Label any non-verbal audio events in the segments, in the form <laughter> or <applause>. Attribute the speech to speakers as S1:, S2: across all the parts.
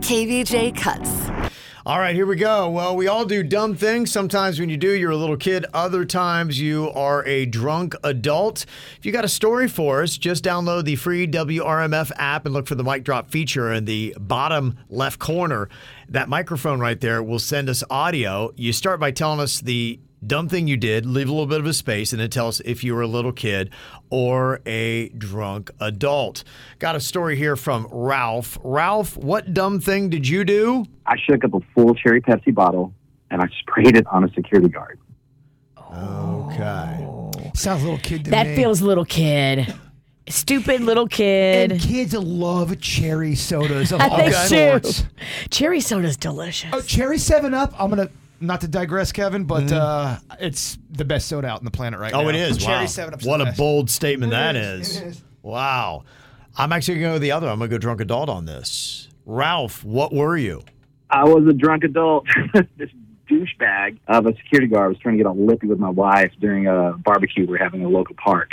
S1: KVJ Cuts.
S2: All right, here we go. Well, we all do dumb things. Sometimes when you do, you're a little kid. Other times you are a drunk adult. If you got a story for us, just download the free WRMF app and look for the mic drop feature in the bottom left corner. That microphone right there will send us audio. You start by telling us the dumb thing you did, leave a little bit of a space, and then tell us if you were a little kid or a drunk adult. Got a story here from Ralph. Ralph, what dumb thing did you do?
S3: I shook up a full cherry Pepsi bottle and I sprayed it on a security guard.
S2: Okay.
S4: Sounds a little kid to
S5: That
S4: me.
S5: feels little kid. Stupid little kid.
S4: And kids love cherry sodas of
S5: <laughs>
S4: all
S5: They
S4: sorts.
S5: do. Cherry soda's delicious.
S4: Oh, cherry Seven Up. I'm gonna not to digress, Kevin, but uh, it's the best soda out on the planet right now.
S2: Oh, it is.
S4: Cherry
S2: wow.
S4: Seven Up.
S2: What a
S4: best.
S2: bold statement that
S4: is,
S2: is.
S4: it is.
S2: Wow. I'm actually going to go the other. I'm going to go drunk adult on this. Ralph, what were you?
S3: I was a drunk adult. <laughs> this douchebag of a security guard was trying to get all lippy with my wife during a barbecue we we're having in a local park.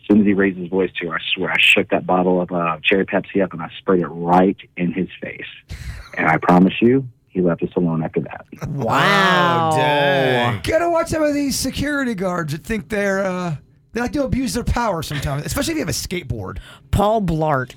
S3: As soon as he raised his voice to her, I swear I shook that bottle of uh, cherry Pepsi up and I sprayed it right in his face. And I promise you, he left us alone after that.
S5: Wow.
S2: Oh, dang.
S4: Gotta watch some of these security guards that think they're uh, they like to abuse their power sometimes, especially if you have a skateboard,
S5: Paul Blart.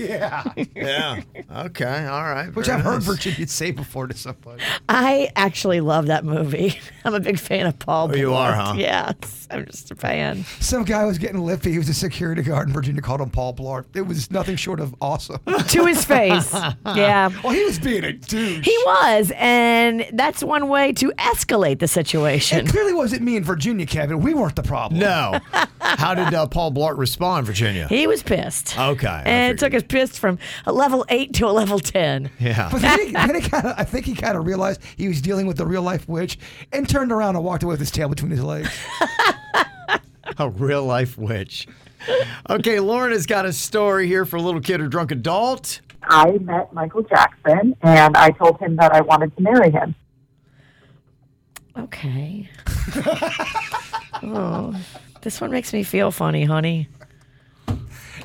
S2: Yeah. <laughs> Okay. All right.
S4: which
S2: Very
S4: I've
S2: <laughs>
S4: heard
S2: nice.
S4: Virginia say before to somebody.
S5: I actually love that movie. <laughs> I'm a big fan of Paul.
S2: Oh, you are,
S5: Blart.
S2: huh?
S5: Yeah, it's- I'm just a fan.
S4: Some guy was getting lippy. He was a security guard, and Virginia called him Paul Blart. It was nothing short of awesome.
S5: to
S2: <laughs>
S5: his face. Yeah.
S4: well, he was being a douche.
S5: He was, and that's one way to escalate the situation.
S4: It clearly wasn't me and Virginia, Kevin. We weren't the problem.
S2: No. How did uh, Paul Blart respond, Virginia?
S5: He was pissed.
S2: Okay, I
S5: And
S2: figured.
S5: it took his piss from a level eight to a level 10.
S2: Yeah.
S4: <laughs>
S5: <laughs>
S2: <laughs>
S4: But then, he- then he kinda, I think he kind of realized he was dealing with the real life witch and turned around and walked away with his tail between his <laughs> legs.
S2: A real life witch. Okay, Lauren has got a story here for little kid or drunk adult.
S6: I met Michael Jackson and I told him that I wanted to marry him.
S5: Okay. <laughs> oh, this one makes me feel funny, honey.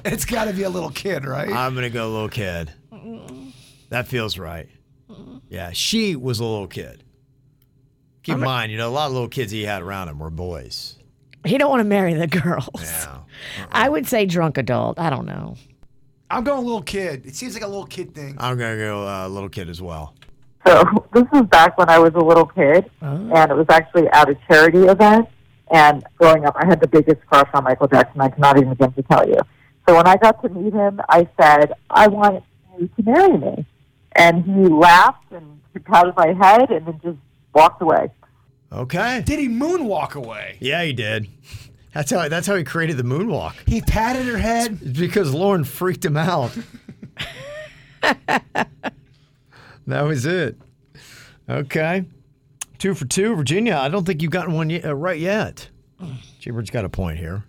S4: it's got to be a little kid, right?
S2: I'm going to go little kid. That feels right. Yeah, she was a little kid. Keep in mind, you know, a lot of little kids he had around him were boys.
S5: He don't want to marry the girls.
S2: Yeah.
S5: I would say drunk adult. I don't know.
S4: I'm going little kid. It seems like a little kid thing.
S2: I'm gonna go uh, little kid as well.
S6: So <laughs> this was back when I was a little kid and it was actually at a charity event. And growing up, I had the biggest crush on Michael Jackson. I cannot even begin to tell you. So when I got to meet him, I said, I want you to marry me. And he laughed and he patted my head and then just walked away.
S2: Okay.
S4: Did he moonwalk away?
S2: Yeah, he did. That's how that's how he created the moonwalk.
S4: He patted her head.
S2: It's because Lauren freaked him
S5: <laughs>
S2: out. that was it. Okay. Two for two, Virginia. I don't think you've gotten one yet, uh, right yet. Jaybird's got a point here.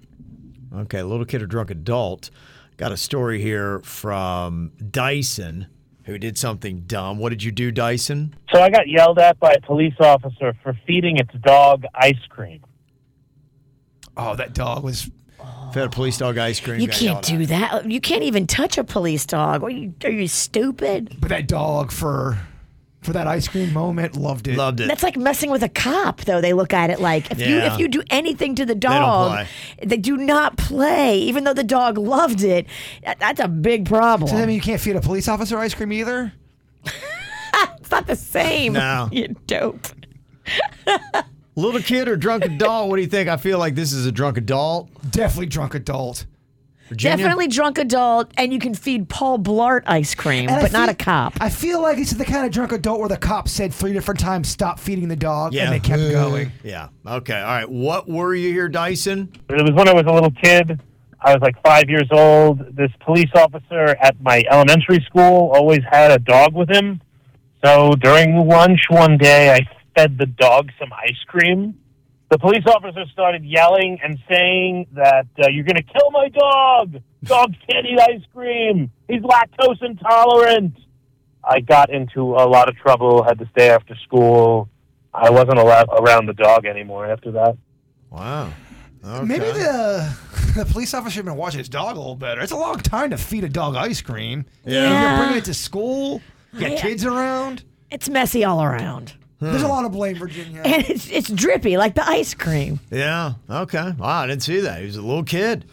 S2: Okay, little kid or drunk adult. Got a story here from Dyson, who did something dumb. What did you do, Dyson?
S7: So I got yelled at by a police officer for feeding its dog ice cream.
S4: Oh, that dog was.
S2: Fed a police dog ice cream.
S5: You
S2: got
S5: can't
S2: yelled at.
S5: do that. You can't even touch a police dog. Are you, are you stupid?
S4: But that dog for for that ice cream moment loved it.
S2: Loved it.
S5: That's like messing with a cop, though. They look at it like if you
S2: Yeah.
S5: if you do anything to the
S2: don't
S5: dog, they do not play. Even though the dog loved it, That- that's a big problem.
S4: Does that mean you can't feed a police officer ice cream either?
S5: it's not the same.
S2: No.
S5: <laughs> you dope.
S2: Little kid or drunk adult? What do you think? I feel like this is a drunk adult.
S4: Definitely drunk adult.
S2: Virginia?
S5: Definitely drunk adult, and you can feed Paul Blart ice cream,
S4: And I
S5: but not
S4: feel-
S5: a cop.
S4: I feel like it's the kind of drunk adult where the cop said three different times, "Stop feeding the dog,"
S2: Yeah.
S4: and they kept going.
S2: Yeah. Okay. All right. What were you here, Dyson?
S7: It was when I was a little kid. I was like five years old. This police officer at my elementary school always had a dog with him. So during lunch one day, I fed the dog some ice cream. The police officer started yelling and saying that uh, you're going to kill my dog. Dogs can't eat ice cream. He's lactose intolerant. I got into a lot of trouble. Had to stay after school. I wasn't allowed around the dog anymore after that.
S2: Wow. Okay.
S4: Maybe the <laughs> the police officer should have been watching his dog a little better. It's a long time to feed a dog ice cream.
S2: Yeah.
S4: You're
S5: Yeah.
S4: bringing it to school. You got
S5: Yeah.
S4: kids around.
S5: It's messy all around.
S2: Hmm.
S4: There's a lot of blame, Virginia.
S5: And it's it's drippy like the ice cream.
S2: Yeah. Okay. Wow. I didn't see that. He was a little kid.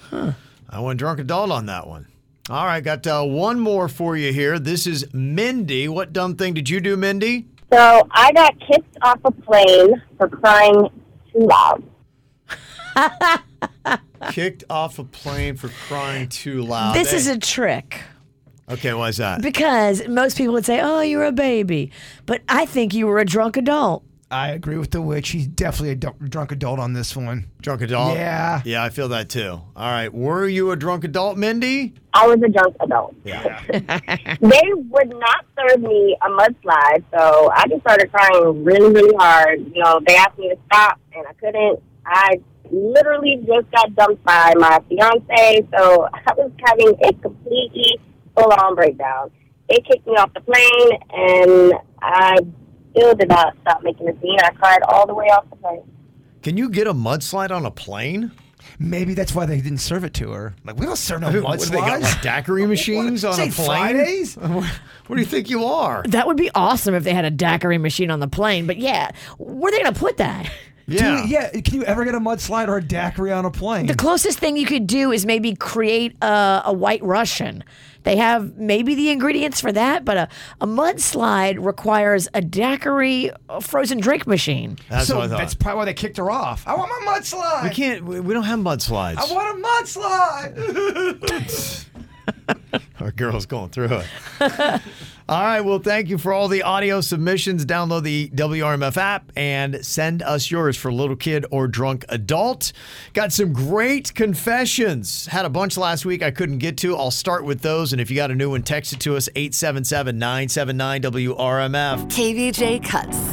S2: I went drunk adult on that one. All right. Got uh, one more for you here. This is Mindy. What dumb thing did you do,
S4: <laughs>
S2: Mindy?
S8: So I got kicked off a plane for crying too loud.
S2: Kicked off a plane for crying too loud.
S5: This
S2: Hey.
S5: is a trick
S2: Okay. Why is that?
S5: because most people would say, "Oh, you're a baby," but I think you were a drunk adult.
S4: I agree with the witch. He's definitely a dr- drunk adult on this one.
S2: Drunk adult?
S4: Yeah.
S2: Yeah, I feel that too. All right. Were you a drunk adult, Mindy?
S8: I was a drunk adult.
S2: Yeah.
S8: They would not serve me a mudslide, so I just started crying really, really hard. You know, they asked me to stop, and I couldn't. I literally just got dumped by my fiance, so I was having a completely full-on breakdown. They kicked me off the plane, and I still did not stop making a scene. I cried all the way off the plane.
S2: Can you get a mudslide on a plane?
S4: Maybe that's why they didn't serve it to her. Like we don't serve no
S2: <laughs> What, they got like
S4: mudslides.
S2: daiquiri machines on
S4: This
S2: a plane?
S4: ain't Fridays?
S2: <laughs> What do you think you are?
S5: That would be awesome if they had a daiquiri machine on the plane. But yeah, where are they going to put that?
S4: Do you-
S2: Yeah.
S4: yeah. Can you ever get a mudslide or a daiquiri on a plane?
S5: The closest thing you could do is maybe create a, a white Russian. They have maybe the ingredients for that, but a, a mudslide requires a daiquiri uh, frozen drink machine.
S2: That's
S4: so
S2: what I thought.
S4: that's probably why they kicked her off. I want my mudslide.
S2: we can't. We, we don't have mudslides.
S4: I want a mudslide. <laughs>
S2: Our girl's going through it. <laughs> all right. Well, thank you for all the audio submissions. Download the WRMF app and send us yours for little kid or drunk adult. Got some great confessions. Had a bunch last week I couldn't get to. I'll start with those. And if you got a new one, text it to us 877 979 WRMF.
S1: KVJ Cuts.